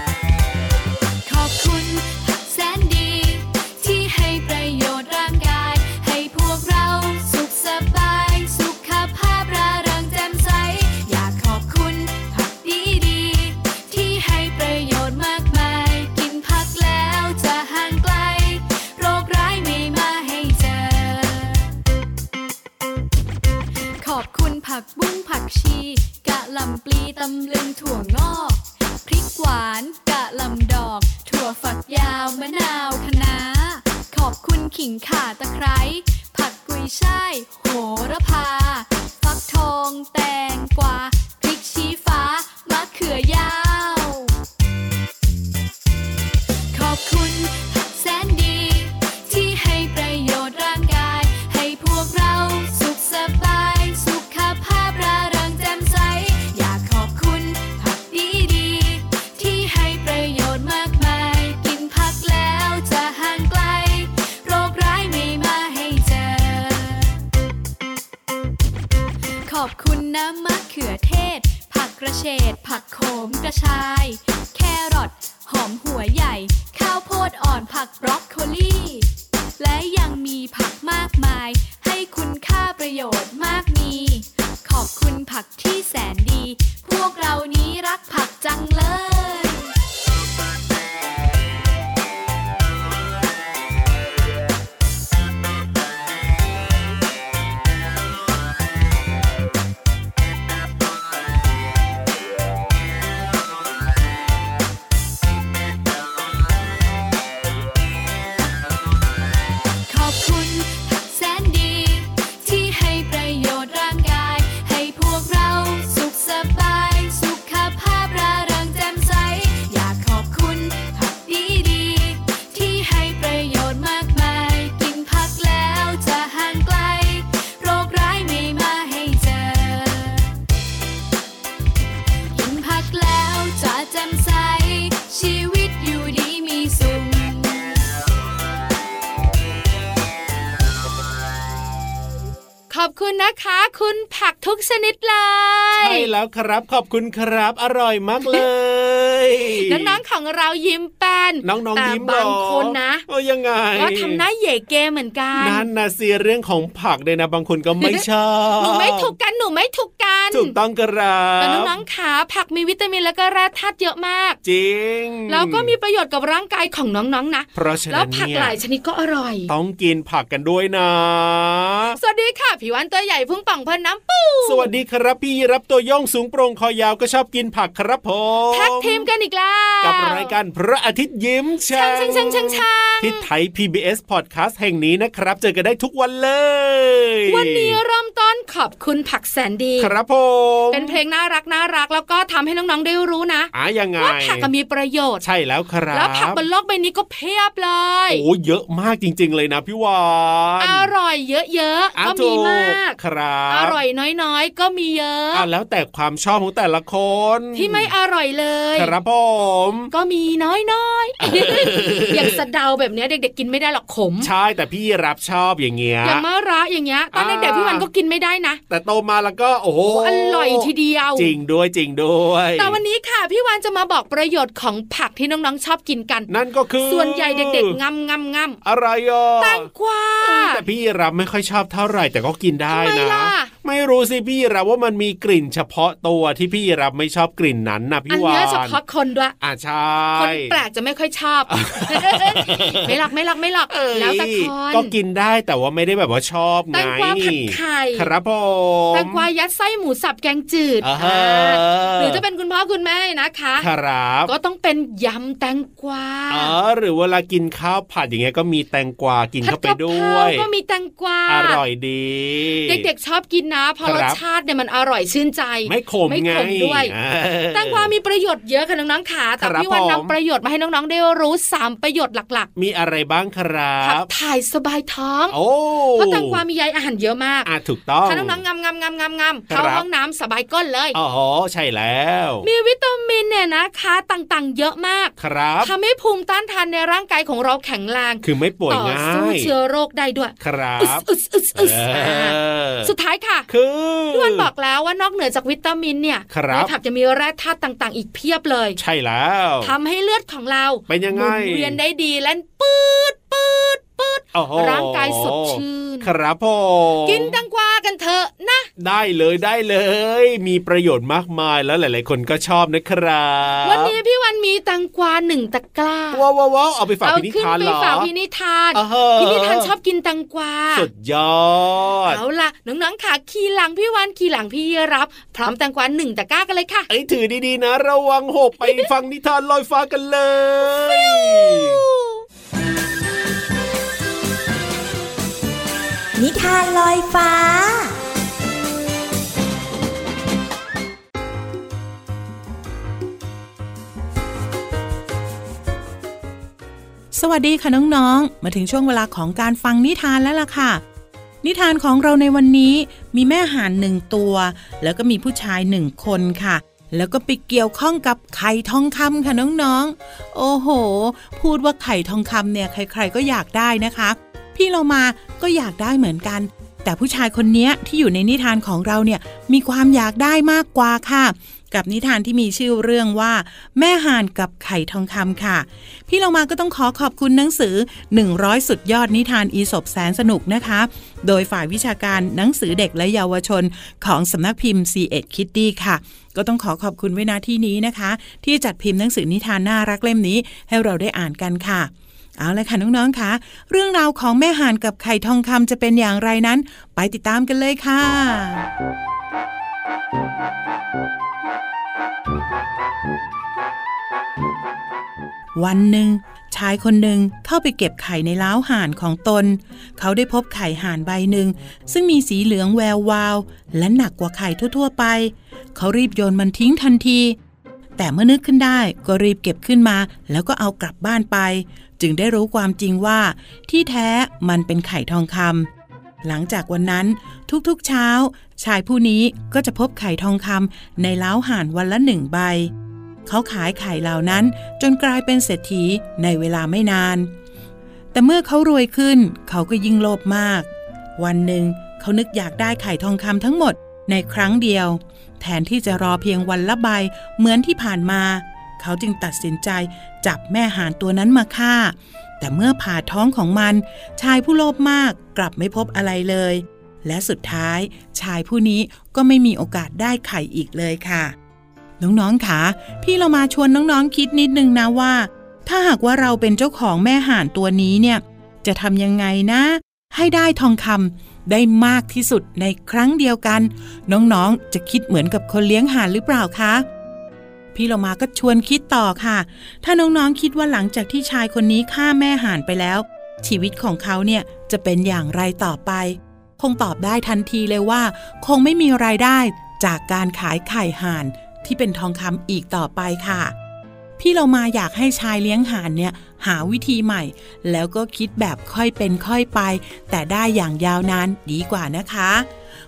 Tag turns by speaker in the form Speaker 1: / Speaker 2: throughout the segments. Speaker 1: ขอบคุณแสนดี ที่ให้ประโยชน์ร่างกาย ให้พวกเราสุขสบาย สุขภาพร่าเริงแจ่มใส อยากขอบคุณผักดีดีๆที่ให้ประโยชน์มากมาย กินผักแล้วจะห่างไกล โรคร้ายไม่มาให้เจอ ขอบคุณผักบุ้งผักชี กะหล่ำปลีตำลึงถั่วงอก พริกหวานกะหล่ำดอก ถั่วฝักยาวมะนาวคะน้า ขอบคุณขิงข่าตะไคร้ ผักกุยช่ายโหระพา ฟักทองแตงกวาพริกชี้ฟ้ามะเขือยาว ขอบคุณแสนดี ที่ให้ประโยชน์ร่างกาย ให้พวกเราสุขสบาย สุขภาพร่าเริงแจ่มใส อยากขอบคุณผักดีดีๆที่ให้ประโยชน์มากมาย กินผักแล้วจะห่างไกล โรคร้ายไม่มาให้เจอ ขอบคุณน้ำมะเขือเทศ ผักกระเฉดผักโขมกระชาย แครอทหอมหัวใหญ่ ข้าวโพดอ่อนผักบรอกโคลีและยังมีผักมากมาย ให้คุณค่าประโยชน์มากมี ขอบคุณผักที่แสนดี พวกเรานี้รักผักจังเลย ขอบคุณแสนดี ที่ให้ประโยชน์ร่างกาย ให้พวกเราสุขสบาย สุขภาพร่าเริงแจ่มใส อยากขอบคุณผักดีดีๆที่ให้ประโยชน์มากมาย กินผักแล้วจะห่างไกล โรคร้ายไม่มาให้เจอ กินผักแล้วจะแจ่มใส ชีวิตอยู่ดีมีสุข
Speaker 2: ขอบคุณนะคะ คุณผักทุกชนิดเลย
Speaker 3: ใช่แล้วครับขอบคุณครับอร่อยมากเลย
Speaker 2: น้องๆของเรายิ้มแป้น
Speaker 3: น้องๆ
Speaker 2: แต่
Speaker 3: ยิ้ม
Speaker 2: บางคนนะ
Speaker 3: โอ้ยังไง
Speaker 2: ก็ทำหน้าเหย่เกเหมือนกัน
Speaker 3: นั่นนะเสียเรื่องของผักเลยนะ บางคนก็ไม่ชอบ
Speaker 2: หนูไม่ถูกกันหนูไม่ถูกกัน
Speaker 3: ถูกต้องครับ
Speaker 2: แต่น้องๆขาผักมีวิตามินและก็แร่ธาตุเยอะมาก
Speaker 3: จริง
Speaker 2: แล้วก็มีประโยชน์กับร่างกายของน้องๆนะ
Speaker 3: เพราะฉะ
Speaker 2: แล้
Speaker 3: นั้
Speaker 2: วน ผัก
Speaker 3: เนี่ย
Speaker 2: หลายชนิดก็อร่อย
Speaker 3: ต้องกินผักกันด้วยนะ
Speaker 2: สวัสดีค่ะ พี่วันตัวใหญ่พุ่งป่องพอน้ำปู
Speaker 3: สวัสดีครับพี่รับตัวโย่องสูงโปร่งคอยาวก็ชอบกินผักครับผม
Speaker 2: แท็กทีมกันอีกแล้ว
Speaker 3: กับรายการพระอาทิตย์ยิ้ม
Speaker 2: ช่า
Speaker 3: ช่าง ง
Speaker 2: ช่างช่างช่างช่าง
Speaker 3: ที่ไทย PBS Podcast แห่งนี้นะครับ เจอกันได้ทุกวันเลย
Speaker 2: วันนี้เริ่มต้นขอบคุณผักแสนดี
Speaker 3: ครับผม
Speaker 2: เป็นเพลงน่ารักน่ารักแล้วก็ทำให้น้องๆได้รู้นะ
Speaker 3: อ่ะยังไง
Speaker 2: ว่าผักอะมีประโยชน์
Speaker 3: ใช่แล้วครับ
Speaker 2: แล้วผักบนโลกใบนี้ก็เพียบเลย
Speaker 3: โอ้เยอะมากจริง ๆ เลยนะพี่วาน
Speaker 2: อร่อยเยอะ
Speaker 3: อ่ะ
Speaker 2: ๆ ก็มีม
Speaker 3: ถู
Speaker 2: าก
Speaker 3: ครับ
Speaker 2: อร่อยน้อยๆ ก็มีเยอะ
Speaker 3: อ่ะแล้วแต่ความชอบของแต่ละคน
Speaker 2: ที่ไม่อร่อยเลย
Speaker 3: ครับผม
Speaker 2: ก็มีน้อย ๆ อย่างสะเดาแบบเนี้ยเด็กๆกินไม่ได้หรอกขม
Speaker 3: ใช่แต่พี่รับชอบอย่างเงี้ย
Speaker 2: อย่างมะระอย่างเงี้ยตอน
Speaker 3: อ่า
Speaker 2: เด็กๆพี่วันก็กินไม่ได้นะ
Speaker 3: แต่โตมาแล้วก็ โอ้โห
Speaker 2: อร่อยทีเดียว
Speaker 3: จริงด้วยจริงด้วย
Speaker 2: แต่วันนี้ค่ะ พี่วันจะมาบอกประโยชน์ของผักที่น้องๆชอบกินกัน
Speaker 3: นั่นก็คือ
Speaker 2: ส่วนใหญ่เด็กๆงำงำงำ
Speaker 3: อะไรอ่ะ
Speaker 2: แตงกวา
Speaker 3: แต่พี่รับไม่ค่อยชอบเท่าไหร่แต่ก็กินได้
Speaker 2: ทำไม
Speaker 3: นะ
Speaker 2: ล่ะ
Speaker 3: ไม่รู้สิพี่รับว่ามันมีกลิ่นเฉพาะตัวที่พี่รับไม่ชอบกลิ่นนั้นนะ
Speaker 2: อั
Speaker 3: พี่
Speaker 2: น
Speaker 3: วา
Speaker 2: เนี้ย
Speaker 3: น
Speaker 2: เฉพาะคนด้วย
Speaker 3: อ่าใช่
Speaker 2: คนแปลกจะไม่ค่อยชอบ ไม่หลักไม่หลักไม่หลักแล้วแต่คน
Speaker 3: ก็กินได้แต่ว่าไม่ได้แบบว่าชอบไง
Speaker 2: แตงกวาผัดไข่
Speaker 3: ครับผม
Speaker 2: แตงกวายัดไส้หมูสับแกงจืด
Speaker 3: อ่าฮะ
Speaker 2: อ่าหรือจะเป็นคุณพ่อคุณแม่ เนี่ยนะคะ
Speaker 3: ครับ
Speaker 2: ก็ต้องเป็นยำแตงกวา
Speaker 3: อ๋อหรือเวลากินข้าวผัดอย่างเงี้ยก็มีแตงกวากิน
Speaker 2: ผัด
Speaker 3: เข้าไป
Speaker 2: กะ
Speaker 3: ด้
Speaker 2: เพ
Speaker 3: ว
Speaker 2: ราย ก็มีแตงกวา
Speaker 3: อร่อยดี
Speaker 2: เด็กๆชอบกินนะเพราะ
Speaker 3: ค
Speaker 2: ร
Speaker 3: รั
Speaker 2: ส
Speaker 3: บ
Speaker 2: ชาติเนี่ยมันอร่อยชื่นใจ
Speaker 3: ไม่ขม
Speaker 2: ไม่
Speaker 3: ไง
Speaker 2: ขมด้วย
Speaker 3: เออ
Speaker 2: แตงกวามีประโยชน์เยอะค่ะน้องๆขาแต่
Speaker 3: ครับ
Speaker 2: พี่วัน
Speaker 3: ผม
Speaker 2: นำประโยชน์มาให้น้องๆได้รู้สามประโยชน์หลัก
Speaker 3: มีอะไรบ้างครั
Speaker 2: ๆขับบ ถ่ายสบายท้อง
Speaker 3: โอ้
Speaker 2: เพราะแตงกวามีใยอาหารเยอะมาก
Speaker 3: อ่ะถูกต้อง
Speaker 2: ถ้าน้องๆงำงำงำงำงำ
Speaker 3: ครับ
Speaker 2: เข้าห้องน้ำสบายก้นเลย
Speaker 3: อ๋อใช่แล้ว
Speaker 2: มีวิตามินเนี่ยนะคะต่างๆ เยอะมาก
Speaker 3: ครับ
Speaker 2: ทำให้ภูมิต้านทานในร่างกายของเราแข็งแรง
Speaker 3: คือไม่ป่วย
Speaker 2: ต่อ
Speaker 3: ง่า
Speaker 2: สู้
Speaker 3: ย
Speaker 2: เชื้อโรคได้ด้วย
Speaker 3: ครั
Speaker 2: อึ
Speaker 3: บ
Speaker 2: สอึสอึสอึส
Speaker 3: เอ
Speaker 2: อ่า
Speaker 3: อ
Speaker 2: สุดท้ายค่ะ
Speaker 3: คือ
Speaker 2: พี่วันบอกแล้วว่านอกเหนือจากวิตามินเนี่ย
Speaker 3: ครับ
Speaker 2: ในผักจะมีแร่ธาตุต่างๆ อีกเพียบเลย
Speaker 3: ใช่แล้ว
Speaker 2: ทำให้เลือดของเรา
Speaker 3: เป็นยังไง
Speaker 2: หมุนเวียนได้ดีและปืดปืดปืด
Speaker 3: โอ้โห
Speaker 2: ร่างกายสดชื่น
Speaker 3: ครับผม
Speaker 2: กินแตังกวากันเถอะนะ
Speaker 3: ได้เลยได้เลย มีประโยชน์มากมายแล้วหลาย ๆ คนก็ชอบนะครับ
Speaker 2: วันนี้พี่วันมีแตังกวาหนึ่งตะกร้า
Speaker 3: ว้าวว้าวว้าวเอาไปฝาก
Speaker 2: เอา
Speaker 3: พี่นิ
Speaker 2: ขึ้น
Speaker 3: ทาน
Speaker 2: ไป
Speaker 3: เหรอ
Speaker 2: ฝากพี่นิทาน
Speaker 3: อ่าฮะ
Speaker 2: พี่นิทานชอบกินแตังกวา
Speaker 3: สุดยอด
Speaker 2: เอาล่ะน้องๆค่ะขี่หลังพี่วันขี่หลังพี่รับ พร้อมแตังกวาหนึ่งตะกร้ากันเลยค่ะ
Speaker 3: ไอ้ยถือดีๆนะ ระวังหกไป ฟังนิทานลอยฟ้ากันเลย
Speaker 4: นิทานลอยฟ้า
Speaker 5: สวัสดีค่ะน้องๆ มาถึงช่วงเวลาของการฟังนิทานแล้วล่ะค่ะ นิทานของเราในวันนี้มีแม่ห่านหนึ่งตัว แล้วก็มีผู้ชายหนึ่งคนค่ะ แล้วก็ไปเกี่ยวข้องกับไข่ทองคำค่ะน้องๆ โอ้โห พูดว่าไข่ทองคำเนี่ยใครๆก็อยากได้นะคะ พี่เรามาก็อยากได้เหมือนกัน แต่ผู้ชายคนเนี้ยที่อยู่ในนิทานของเราเนี่ยมีความอยากได้มากกว่าค่ะ กับนิทานที่มีชื่อเรื่องว่า แม่ห่านกับไข่ทองคำค่ะ พี่เรามาก็ต้องขอขอบคุณหนังสือ 100 สุดยอดนิทานอีสบแสนสนุกนะคะ โดยฝ่ายวิชาการหนังสือเด็กและเยาวชนของสำนักพิมพ์ c ีเอ็ดคิตตี้ค่ะ ก็ต้องขอขอบคุณไว้นาที่นี้นะคะ ที่จัดพิมพ์หนังสือนิทานน่ารักเล่มนี้ให้เราได้อ่านกันค่ะ เอาละค่ะน้องๆค่ะเรื่องราวของแม่ห่านกับไข่ทองคำจะเป็นอย่างไรนั้น ไปติดตามกันเลยค่ะ วันหนึ่ง ชายคนหนึ่งเข้าไปเก็บไข่ในล้าวห่านของตน เขาได้พบไข่ห่านใบหนึ่ง ซึ่งมีสีเหลืองแวววาว และหนักกว่าไข่ทั่วๆไป เขารีบโยนมันทิ้งทันที แต่เมื่อนึกขึ้นได้ก็รีบเก็บขึ้นมา แล้วก็เอากลับบ้านไป จึงได้รู้ความจริงว่า ที่แท้มันเป็นไข่ทองคำหลังจากวันนั้นทุกๆเช้า ชายผู้นี้ก็จะพบไข่ทองคำในล้าวห่านวันละหนึ่งใบ เขาขายไข่เหล่านั้นจนกลายเป็นเศรษฐีในเวลาไม่นาน แต่เมื่อเขารวยขึ้น เขาก็ยิ่งโลภมาก วันหนึ่งเขานึกอยากได้ไข่ทองคำทั้งหมดในครั้งเดียว แทนที่จะรอเพียงวันละใบเหมือนที่ผ่านมา เขาจึงตัดสินใจจับแม่ห่านตัวนั้นมาฆ่า แต่เมื่อผ่าท้องของมัน ชายผู้โลภมากกลับไม่พบอะไรเลย และสุดท้ายชายผู้นี้ก็ไม่มีโอกาสได้ไข่อีกเลยค่ะ น้องๆค่ะ พี่เรามาชวนน้องๆคิดนิดนึงนะว่า ถ้าหากว่าเราเป็นเจ้าของแม่ห่านตัวนี้เนี่ย จะทำยังไงนะ ให้ได้ทองคำได้มากที่สุดในครั้งเดียวกัน น้องๆ จะคิดเหมือนกับคนเลี้ยงห่านหรือเปล่าคะ พี่เรามาก็ชวนคิดต่อค่ะ ถ้าน้องๆคิดว่าหลังจากที่ชายคนนี้ฆ่าแม่ห่านไปแล้ว ชีวิตของเขาเนี่ยจะเป็นอย่างไรต่อไป คงตอบได้ทันทีเลยว่า คงไม่มีรายได้จากการขายไข่ห่านที่เป็นทองคำอีกต่อไปค่ะ พี่เรามาอยากให้ชายเลี้ยงห่านเนี่ยหาวิธีใหม่ แล้วก็คิดแบบค่อยเป็นค่อยไป แต่ได้อย่างยาวนานดีกว่านะคะ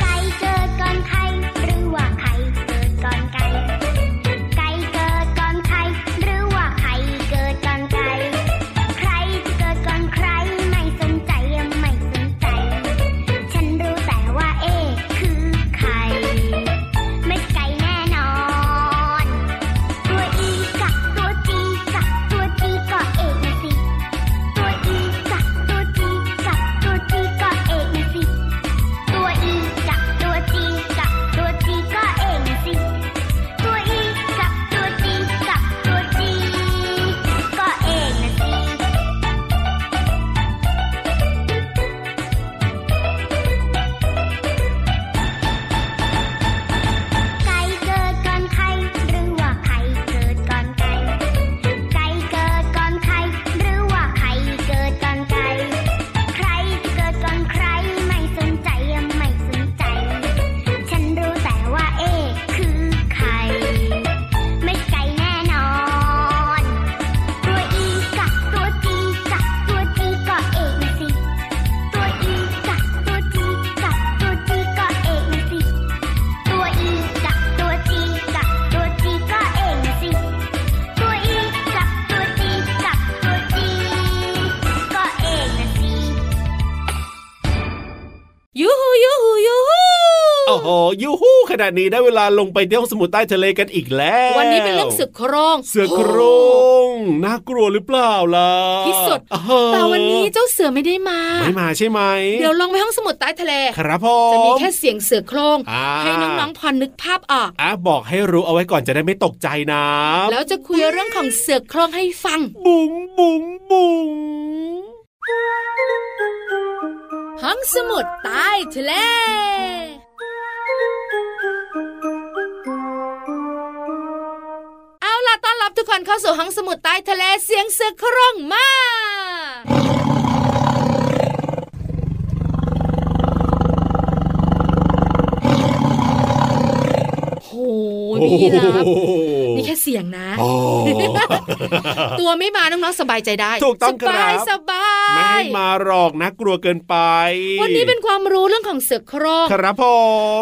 Speaker 6: ไก่เกิดก่อนไข่หรือว่าไข่เกิดก่อนไก่ ไก่เกิดก่อนไข่หรือว่าไข่เกิดก่อนไก่ ใครจะเกิดก่อนใครไม่สนใจไม่
Speaker 3: โหยูฮูขนาดนี้ได้เวลาลงไปเที่ยวสมุทรใต้ทะเลกันอีกแล้ว
Speaker 2: วันนี้เป็นเรื่องเสือโคร่ง
Speaker 3: เสือโครงน่ากลัวหรือเปล่าล่ะ
Speaker 2: ที่สุด
Speaker 3: อ้า
Speaker 2: แต่วันนี้เจ้าเสือไม่ได้มา
Speaker 3: ไม่มาใช่ไหม
Speaker 2: เดี๋ยวลงไปห้องสมุดใต้ทะเล
Speaker 3: ครับผ
Speaker 2: จะมี
Speaker 3: ม
Speaker 2: แค่เสียงเสือโคร่ง
Speaker 3: อ่า
Speaker 2: ให้น้องๆพอนึกภาพออก
Speaker 3: อ่ะบอกให้รู้เอาไว้ก่อนจะได้ไม่ตกใจนะ
Speaker 2: แล้วจะคุยเรื่องของเสือโคร่งให้ฟัง
Speaker 3: บุ๋งบุ๋งบุ๋ง
Speaker 2: ห้องสมุดใต้ทะเล เอาล่ะต้อนรับทุกคนเข้าสู่ห้องสมุดใต้ทะเลเสียงเสือโคร่งมา โหพี่นะ
Speaker 3: โอ้โห
Speaker 2: นี่แค่เสียงนะ
Speaker 3: โอ้
Speaker 2: ตัวไม่มาน้องๆสบายใจได้
Speaker 3: ถูกต้อง
Speaker 2: สบาย
Speaker 3: ครับ
Speaker 2: สบาย
Speaker 3: ไม่ให้มาหรอกนะกลัวเกินไป
Speaker 2: วันนี้เป็นความรู้เรื่องของเสือโคร่ง
Speaker 3: ครับผ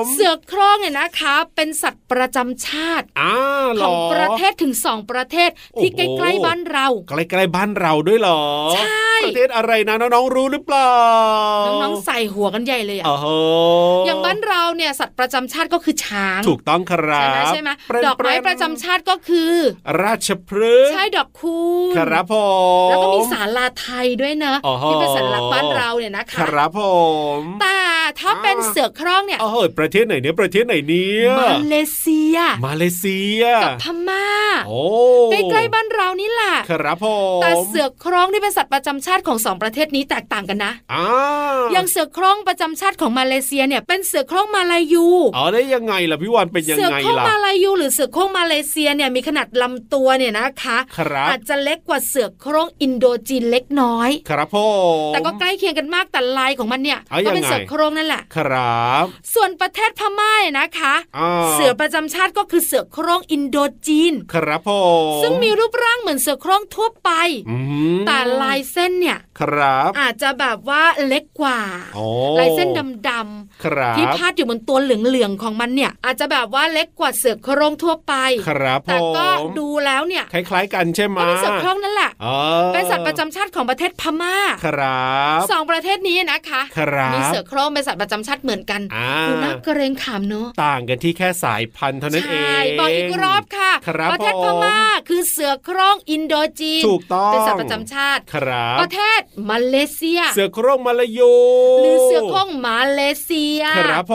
Speaker 3: ม
Speaker 2: เสือโคร่งเนี่ยนะคะ เป็นสัตว์ประจำชาติ
Speaker 3: อ่าหร
Speaker 2: ขอ
Speaker 3: อ
Speaker 2: งประเทศถึงสองประเทศที่
Speaker 3: โอ้
Speaker 2: ใก
Speaker 3: โห
Speaker 2: ล้ๆบ้านเรา
Speaker 3: ใกล้ๆบ้านเราด้วยเหรอ
Speaker 2: ใช่
Speaker 3: ประเทศอะไรนะน้องๆรู้หรือเปล่า
Speaker 2: น้องๆใส่หัวกันใหญ่เลยอะ
Speaker 3: โอ้โห
Speaker 2: อย่างบ้านเราเนี่ยสัตว์ประจำชาติก็คือช้าง
Speaker 3: ถูกต้องครับ
Speaker 2: ใช่ไหมใช่ไหม
Speaker 3: เรน
Speaker 2: ดอกไม้
Speaker 3: เน
Speaker 2: ประจำชาติก็คือ
Speaker 3: ราชพฤกษ์
Speaker 2: ใช่ดอกคูณ
Speaker 3: ครับผม
Speaker 2: แล้วก็มีสาราไทยด้วยเนอะ
Speaker 3: โอ้โห
Speaker 2: ที่เป็นสัญลักษณ์บ้านเราเนี่ยนะ
Speaker 3: ค
Speaker 2: คะ
Speaker 3: รับผม
Speaker 2: แต่ถ้าเป็นเสือโคร่งเนี่ย
Speaker 3: โอ้โหประเทศไหนเนี่ยประเทศไหนเนี่ย
Speaker 2: มาเลเซีย
Speaker 3: มาเลเซีย
Speaker 2: กับพม่า
Speaker 3: โอ้
Speaker 2: ใกล้ๆบ้านเรานี่แหละ
Speaker 3: ครับผม
Speaker 2: แต่เสือโคร่งที่เป็นสัตว์ประจำชาติของสองประเทศนี้แตกต่างกันนะ
Speaker 3: อ่า
Speaker 2: อย่างเสือโคร่งประจำชาติของมาเลเซียเนี่ยเป็นเสือโคร่งมาลายู
Speaker 3: อ๋อได้ยังไงล่ะพี่วันเป็นยัง
Speaker 2: เสื
Speaker 3: ไง
Speaker 2: โคร่ง
Speaker 3: ล่ะ
Speaker 2: มาลายูหรือเสือโคร่งมาเลเซียเนี่ยมีขนาดลำตัวเนี่ยนะคะ
Speaker 3: ครับ
Speaker 2: อาจจะเล็กกว่าเสือโคร่งอินโดจีนเล็กน้อย
Speaker 3: ครับผม
Speaker 2: แต่ก็ใกล้เคียงกันมากแต่ลายของมันเนี่ย
Speaker 3: เอายั
Speaker 2: ก็
Speaker 3: งไง
Speaker 2: เป็นเสือโคร่งนั่นแหละ
Speaker 3: ครับ
Speaker 2: ส่วนประเทศพม่าเนี่ยนะคะ
Speaker 3: อ่า
Speaker 2: เสือประจำชาติก็คือเสือโคร่งอินโดจีน
Speaker 3: ครับผม
Speaker 2: ซึ่งมีรูปร่างเหมือนเสือโคร่งทั่วไป
Speaker 3: อืม
Speaker 2: แต่ลายเส้นเนี่ย
Speaker 3: ครับ
Speaker 2: อาจจะแบบว่าเล็กกว่า
Speaker 3: โอ้
Speaker 2: ลายเส้นดำ
Speaker 3: ครั
Speaker 2: ๆ
Speaker 3: บ
Speaker 2: ที่พาดอยู่บนตัวเหลืองๆของมันเนี่ย อาจจะแบบว่าเล็กกว่าเสือโคร่งทั่วไป
Speaker 3: ครับผม
Speaker 2: แต่ก็ดูแล้วเนี่ย
Speaker 3: คล้ายๆกันใช่ไหม
Speaker 2: ก็เป็นเสือโคร่งนั่นแหละ
Speaker 3: เออ
Speaker 2: เป็นสัตว์ประจำชาติของประเทศพม่า
Speaker 3: ครับ
Speaker 2: สองประเทศนี้นะคะ
Speaker 3: ครับ
Speaker 2: มีเสือโคร่งเป็นสัตว์ประจำชาติเหมือนกัน
Speaker 3: อ่า
Speaker 2: ดูน่าเกรงขามเนอะ
Speaker 3: ต่างกันที่แค่สายพันธุ์เท่านั้นเอง
Speaker 2: ใช่บอกอีกรอบค่ะ
Speaker 3: ครับ
Speaker 2: ประเทศพม่าคือเสือโคร่งอินโดจีน
Speaker 3: ถูกต้อง
Speaker 2: เป็นสัตว์ประจำชาติ
Speaker 3: ครับ
Speaker 2: ประเทศมาเลเซีย
Speaker 3: เสือโคร่งมาลายู
Speaker 2: หรือเสือโคร่งมาเลเซีย
Speaker 3: ครับผ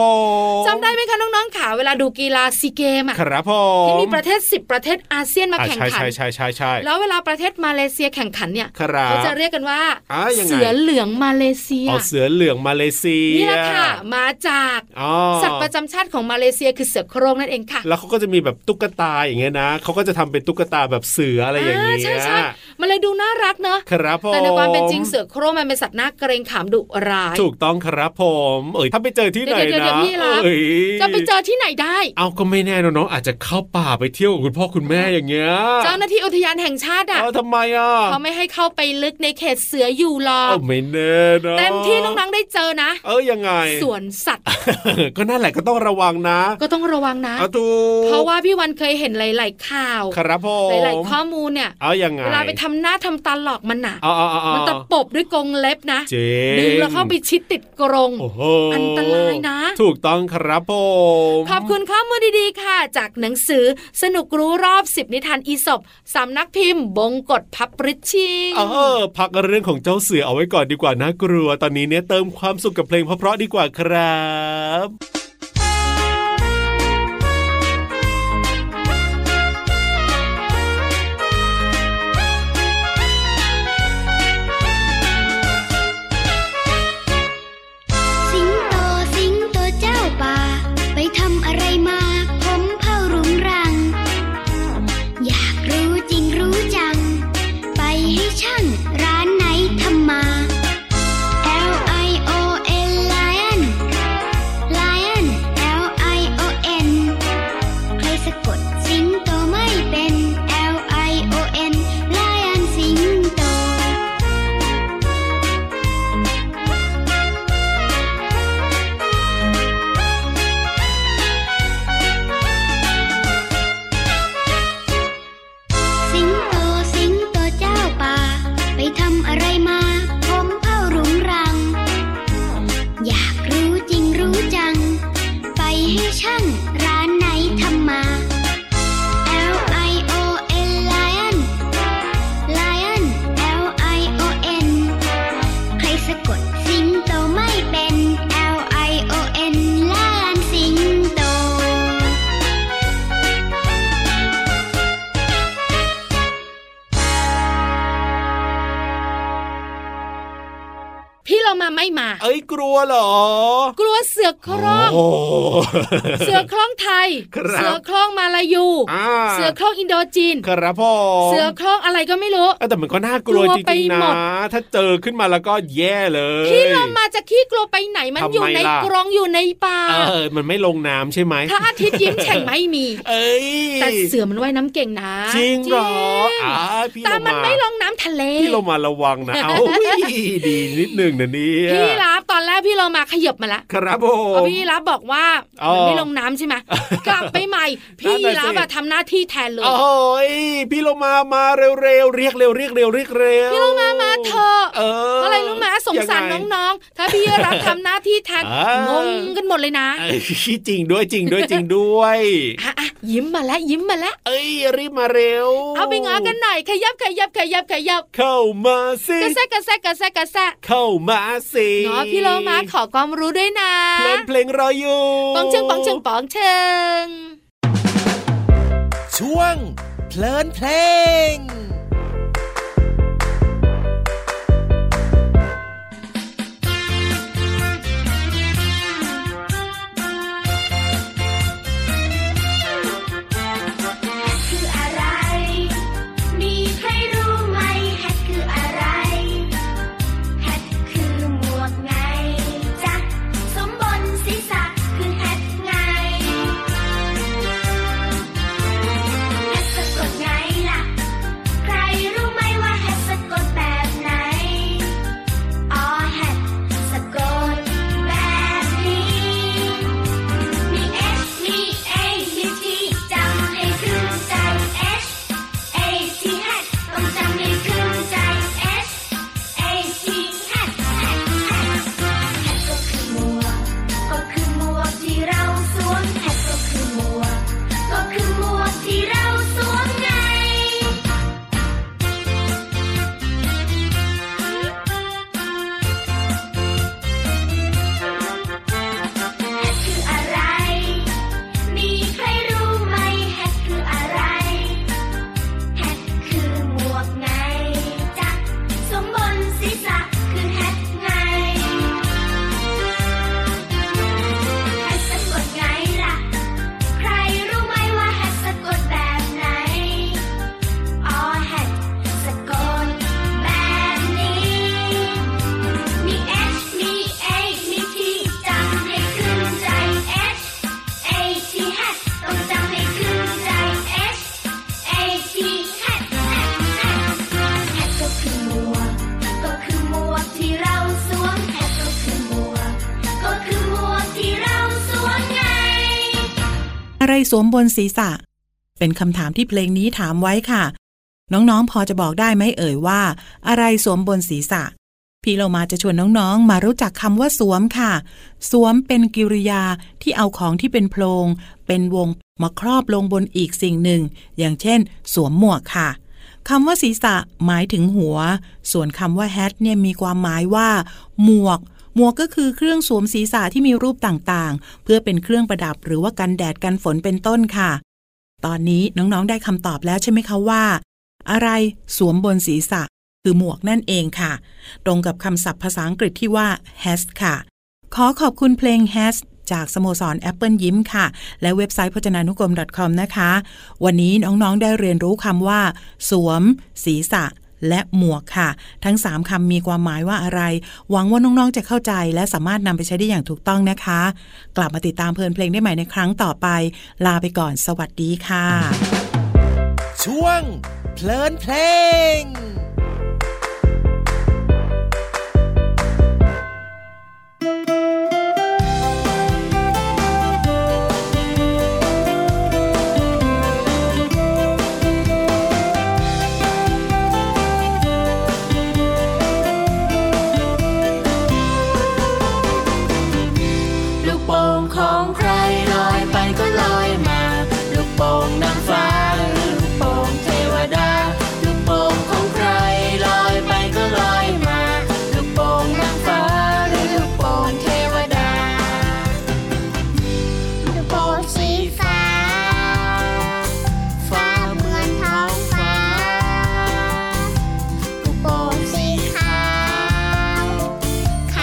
Speaker 3: ม
Speaker 2: จำได้ไหมคะน้องๆขาเวลาดูกีฬาซีเกมอะ
Speaker 3: ครับผ
Speaker 2: ที่
Speaker 3: ม
Speaker 2: มีประเทศ 10 ประเทศอาเซียนมา
Speaker 3: อ่ะ
Speaker 2: แข่ง
Speaker 3: ใช่
Speaker 2: ขัน
Speaker 3: ใช่ใช่ใช่ใช่
Speaker 2: แล้วเวลาประเทศมาเลเซียแข่งขันเนี่ย
Speaker 3: ครับ
Speaker 2: เขาจะเรียกกันว่า
Speaker 3: อ่ะยังไง
Speaker 2: เสือเหลืองมาเลเซีย
Speaker 3: อ๋อเสือเหลืองมาเลเซีย
Speaker 2: นี่แหละค่ะ มาจาก
Speaker 3: อ๋อ
Speaker 2: สัตว์ประจำชาติของมาเลเซียคือเสือโคร่งนั่นเองค่ะ
Speaker 3: แล้วเขาก็จะมีแบบตุ๊กตาอย่างเงี้ยนะเขาก็จะทำเป็นตุ๊กตาแบบเสืออะไรอย่างเงี้ย
Speaker 2: ใช่ใช่มันเลยดูน่ารักเนอะ
Speaker 3: ครับผม
Speaker 2: แต่ในความเป็นจริงเสือโคร่งมันเป็นสัตว์น่าเกรงขามดุร้าย
Speaker 3: ถูกต้องครับผม เอ้ยถ้าไปเจอที่ไหน
Speaker 2: เดี๋ยวๆ
Speaker 3: นะ
Speaker 2: เดี๋ยวๆพี่รับ
Speaker 3: เอ้ย
Speaker 2: จะไปเจอที่ไหนได้
Speaker 3: เอาก็ไม่แน่นะน้องอาจจะเข้าป่าไปเที่ยวกับคุณพ่อคุณแม่อย่างเงี้ย
Speaker 2: เจ้าหน้าที่อุทยานแห่งชาติอ่ะ
Speaker 3: เอาทำไมอ่ะ
Speaker 2: เขาไม่ให้เข้าไปลึกในเขตเสืออยู่หรอ
Speaker 3: เอก อไม่แน่นะ
Speaker 2: เต็มที่น้องๆได้เจอนะ
Speaker 3: เอ้ยยังไง
Speaker 2: ส วนสัตว์
Speaker 3: ก็นั่นแหละก็ต้องระวังนะ
Speaker 2: ก็ต้องระวังนะ
Speaker 3: เอาถูก
Speaker 2: เพราะว่าพี่วันเคยเห็นหลาย ๆ ข่าว
Speaker 3: ครับผม
Speaker 2: หลาย ๆ ข้อมูลเนี่ย
Speaker 3: เอายังไง
Speaker 2: เวลาไปทำหน้าทำตาหลอกมันน่ะ
Speaker 3: เอาเอาเอาเอา
Speaker 2: มันตะปบด้วยกรงเล็บนะ
Speaker 3: เจ๊ง
Speaker 2: ดึงแล้วเข้าไปชิดติดกรง
Speaker 3: โอ้โห
Speaker 2: อันตรายนะ
Speaker 3: ถูกต้องครับผม
Speaker 2: ขอบคุณข้อมูลดีๆ ค่ะ จากหนังสือสนุกรู้รอบสิบนิทานอีสบสำนักพิมพ์ บงกฎพับริชชิง
Speaker 3: เออพักเรื่องของเจ้าเสือเอาไว้ก่อนดีกว่านะกลัว ตอนนี้เนี่ยเติมความสุขกับเพลงเพราะๆดีกว่าครับ
Speaker 6: สิงโตสิงโตเจ้าป่า ไปทำอะไรมา ผมเผารุงรัง อยากรู้จริงรู้จัง ไปให้ช่างร้านไหนทำมา L I O N Lion Lion
Speaker 2: โลมาไม่มา
Speaker 3: เอ้ยกลัวเหรอก
Speaker 2: ลัวเสือโคร่อง
Speaker 3: โอ้
Speaker 2: เสือโคร่องไทย
Speaker 3: ครับ
Speaker 2: เสือโคร่องมาลายู
Speaker 3: อ่า
Speaker 2: เสือโคร่องอินโดจีน
Speaker 3: ครับพ่อ
Speaker 2: เสือโคร่องอะไรก็ไม่รู้
Speaker 3: แต่มันก็น่ากลัว
Speaker 2: กลัว
Speaker 3: จ
Speaker 2: ไป
Speaker 3: ริงๆนะ
Speaker 2: หมด
Speaker 3: ถ้าเจอขึ้นมาแล้วก็แย่เลย
Speaker 2: พี่เรามาจะขี้กลัวไปไหนมัน
Speaker 3: ทำไม
Speaker 2: อยู่ใน
Speaker 3: ล่ะ
Speaker 2: กรงอยู่ในป่า
Speaker 3: เออ มันไม่ลงน้ำใช่ไหม
Speaker 2: พระอาทิตย์ยิ้มแฉ่งไม่มี
Speaker 3: เอ้ย
Speaker 2: แต่เสือมันว่ายน้ำเก่งนะ
Speaker 3: จริงเหรอ
Speaker 2: จริง
Speaker 3: อ่าพี่
Speaker 2: แต่
Speaker 3: เรา
Speaker 2: มัน
Speaker 3: มา
Speaker 2: ไม่ลงน้ำทะเล
Speaker 3: พี่เรามาระวั งนะ เอาอุ๊ยดีนิดหนึ่งนะเนี่ย
Speaker 2: พี่รับตอนแรกพี่เรามาขยับมาละ
Speaker 3: ครับผม
Speaker 2: พอพี่รับบอกว่า
Speaker 3: อ๋อ
Speaker 2: มันไม่ลงน้ำใช่ไหม กลับไปใหม่ พี่
Speaker 3: นั่นน่ะสิ
Speaker 2: รับอะทำหน้าที่แทนเลย
Speaker 3: โอ้ยพี่เรามามาเร็วๆเรียกเร็วเรียกเร็วเรียกเร็ว
Speaker 2: พี่เรามามาเถอะ
Speaker 3: เออ
Speaker 2: อะไรรู้ไหมสงสาร
Speaker 3: ยัไ
Speaker 2: น้องๆ ถ้าพี่รับทำหน้าที่แทน
Speaker 3: อ่ าง
Speaker 2: งงกันหมดเลยนะ
Speaker 3: เอ้ยจริงด้วยจริงด้วยจริงด้วย
Speaker 2: อ่ะอ่ะยิ้มมาแล้วยิ้มมาแล้ว
Speaker 3: เอ้ยรีบมาเร็ว
Speaker 2: เอาไปง้อกันหน่อยขยับขยับขยับขยับ
Speaker 3: เข้ามาสิ
Speaker 2: กระแซะกระแซะกระแซะกระแซะ
Speaker 3: เข้ามาสิ
Speaker 2: ง้อพี่เรามาขอความรู้ด้วยนะ
Speaker 3: เพลงเพลงรออยู่
Speaker 2: ปองเชิงปองเชิงปองเชิง
Speaker 7: ช่วง เพลินเพลง
Speaker 6: คืออะไร มีใครรู้ไหมแฮทคืออะไร แฮทคือหมวกไงจ๊ะสวมบนศีรษะคือแฮทไง แฮทสะกดไงล่ะ ใครรู้ไหมว่าแฮทสะกดแบบไหน อ๋อแฮทสะกดแบบนี้ มี H มี A มี T จำให้ขึ้นใจ H A T hat ต้องจำให้ขึ้นใจ H A T hat hat hat hat ก็คือหมวกก็คือหมวกที่เราสวม hat ก็คือหมวกก็คือหมวกที่เราสวมไง แฮทคืออะไร มีใครรู้ไหมแฮทคืออะไร แฮทคือหมวกไงจ๊ะสวมบนศีรษะคือแฮทไง แฮทสะกดไงล่ะ ใครรู้ไหมว่าแฮทสะกดแบบไหน อ๋อแฮทสะกดแบบนี้ มี H มี A มี T จำให้ขึ้นใจ H A T hat ต้องจำให้ขึ้นใจ H A T hat hat hat hat ก็คือหมวกก็คือหมวกที่เราสวม hat ก็คือหมวกก็คือหมวกที่เราสวมไง
Speaker 5: อะไรสวมบนศีรษะ เป็นคำถามที่เพลงนี้ถามไว้ค่ะ น้องๆ พอจะบอกได้ไหมเอ่ยว่า อะไรสวมบนศีรษะ พี่เรามาจะชวนน้องๆ มารู้จักคำว่าสวมค่ะ สวมเป็นกิริยาที่เอาของที่เป็นโพรง เป็นวงมาครอบลงบนอีกสิ่งหนึ่ง อย่างเช่น สวมหมวกค่ะ คำว่าศีรษะหมายถึงหัว ส่วนคำว่าแฮทเนี่ยมีความหมายว่า หมวก หมวกก็คือเครื่องสวมศีรษะที่มีรูปต่างๆ เพื่อเป็นเครื่องประดับหรือว่ากันแดดกันฝนเป็นต้นค่ะ ตอนนี้น้องๆได้คำตอบแล้วใช่ไหมคะว่า อะไรสวมบนศีรษะ คือหมวกนั่นเองค่ะ ตรงกับคำศัพท์ภาษาอังกฤษที่ว่า has ค่ะ ขอขอบคุณเพลง has จากสโมสร Apple ยิ้มค่ะ และเว็บไซต์พจนานุกรม .com นะคะ วันนี้น้องๆได้เรียนรู้คำว่า สวม ศีรษะ และหมวกค่ะ ทั้ง 3คำมีความหมายว่าอะไร หวังว่าน้อง ๆ จะเข้าใจ และสามารถนำไปใช้ได้อย่างถูกต้องนะคะ กลับมาติดตามเพลินเพลงได้ใหม่ในครั้งต่อไป ลาไปก่อน สวัสดีค่ะ
Speaker 7: ช่วง เพลินเพลง
Speaker 8: ลูกโป่งของใครลอยไปก็ลอยมา ลูกโป่งนางฟ้าหรือลูกโป่งเทวดา ลูกโป่งของใครลอยไปก็ลอยมา ลูกโป่งนางฟ้าหรือลูกโป่งเทวดา ลูกโป่งสีฟ้า ฟ้าเหมือนท้องฟ้า ลูกโป่งสีขาว ข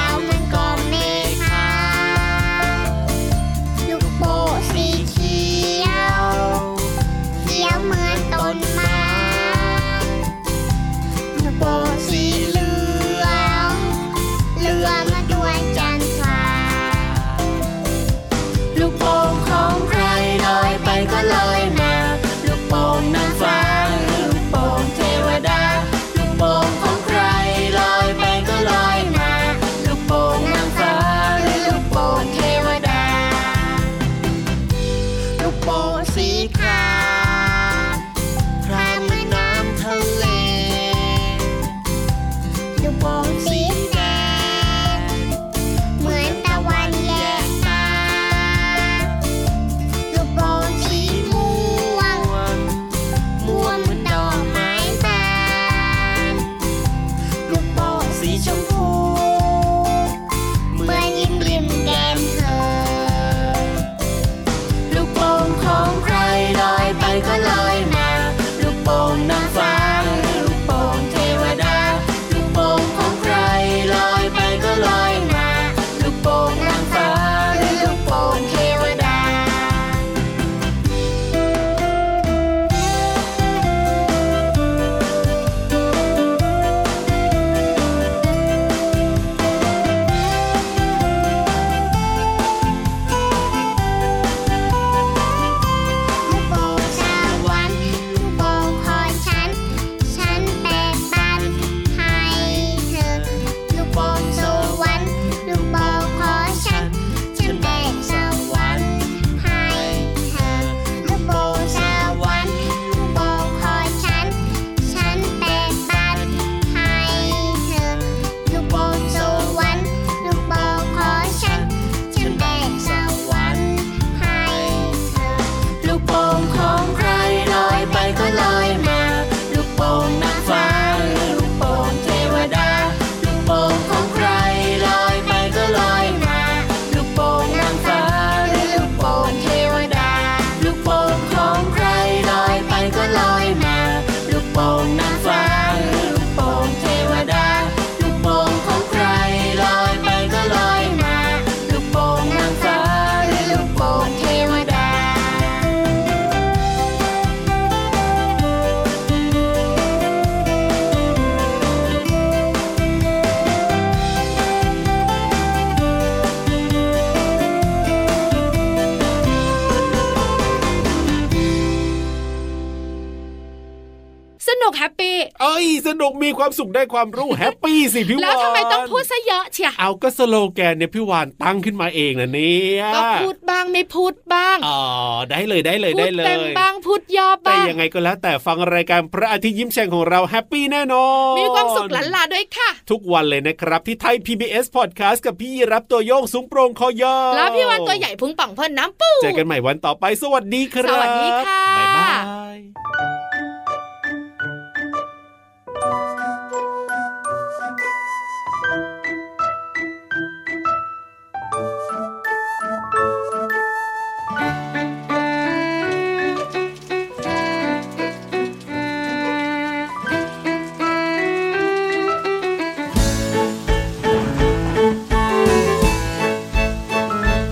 Speaker 3: นุกมีความสุขได้ความรู้แฮปปี้สิพี่วาน
Speaker 2: แล้วทำไมต้องพูดซะเยอะเชีย
Speaker 3: เอาก็สโลแกนเนี่ยพี่วานตั้งขึ้นมาเองนะเนี่ย
Speaker 2: ก็พูดบ้างไม่พูดบ้าง
Speaker 3: อ๋อได้เลยได้เลย
Speaker 2: พู
Speaker 3: ได้
Speaker 2: ด
Speaker 3: เล
Speaker 2: เต็ม
Speaker 3: ย
Speaker 2: บ้างพูดย่อ
Speaker 3: แต่
Speaker 2: บ้าง
Speaker 3: ยังไงก็แล้วแต่ฟังรายการพระอาทิตย์ยิ้มแฉ่งของเราแฮปปี้แน่นอน
Speaker 2: มีความสุขหลันลานๆด้วยค่ะ
Speaker 3: ทุกวันเลยนะครับ ที่ไทย PBS Podcast กับพี่รับตัวโยงสูงโปรงคอยาว
Speaker 2: แล้วพี่วันตัวใหญ่พุงป่องพ่นน้ำปู
Speaker 3: เจอกันใหม่วันต่อไป สวัสดีครับ
Speaker 2: สวัสดีค่ะ
Speaker 3: บ๊ายบาย
Speaker 9: แมง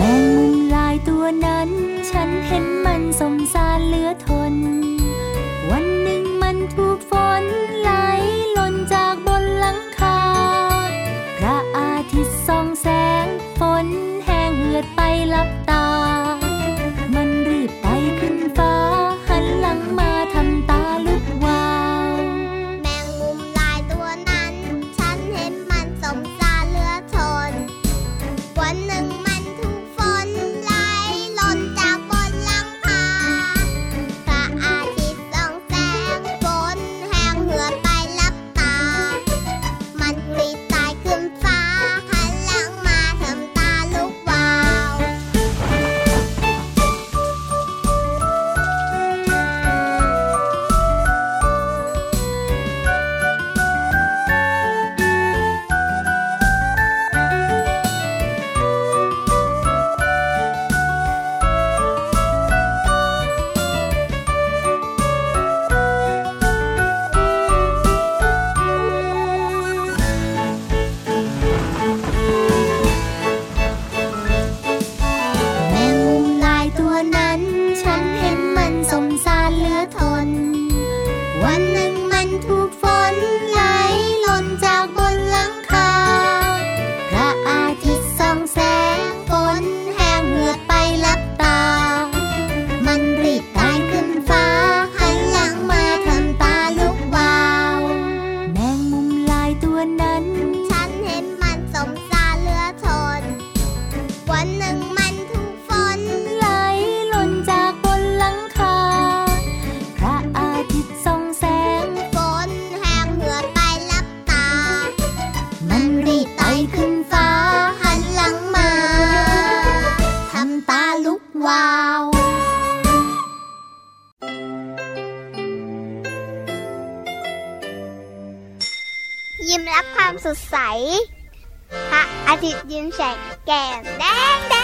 Speaker 9: มุมลายตัวนั้น ฉันเห็นมันสมสารเหลือทน วันหนึ่งมันถูกฝนไหลหล่นจากบนหลังคา พระอาทิตย์ส่องแสงฝนแห้งเหือดไปลับตา มันรีบไปขึ้นฟ้า หันหลังมาทำตาลุกวาว
Speaker 10: แมงมุมลายตัวนั้น ฉันเห็นมันสมสารเหลือทน วันหนึ่งมันถูกฝนไหลหล่นจากบนหลังคาพระอาทิตย์ส่องแสงฝนแห้งเหือดไปลับตา มันรีบตายขึ้นฟ้า หันหลังมาทำตาลุกวาว
Speaker 9: แมงมุมลายตัวนั้น ฉันเห็นมันสมสารเหลือทน วันหนึ่งมันถูกฝนไหลหล่นจากบนหลังคา พระอาทิตย์ส่องแสงฝนแห้งเหือดไปลับตา มันรีบไต่ขึ้นฟ้า หันหลังมาทำตาลุกวาว แมงมุมลายตัวนั้น
Speaker 10: ฉันเห็นมันสมสารเหลือทน วันหนึ่งมันถูกฝน
Speaker 9: ไหลหล่นจากบนหลังคา พระอาทิตย์ส่องแสง
Speaker 10: ฝนแห้งเหือดไปลับตา
Speaker 9: มันรีบไต่ขึ้นฟ้า หันหลังมา ทำตาลุกวาว
Speaker 10: ยิ้มรับความสดใส พระอาทิตย์ยิ้มแฉกแก้มแดงแดง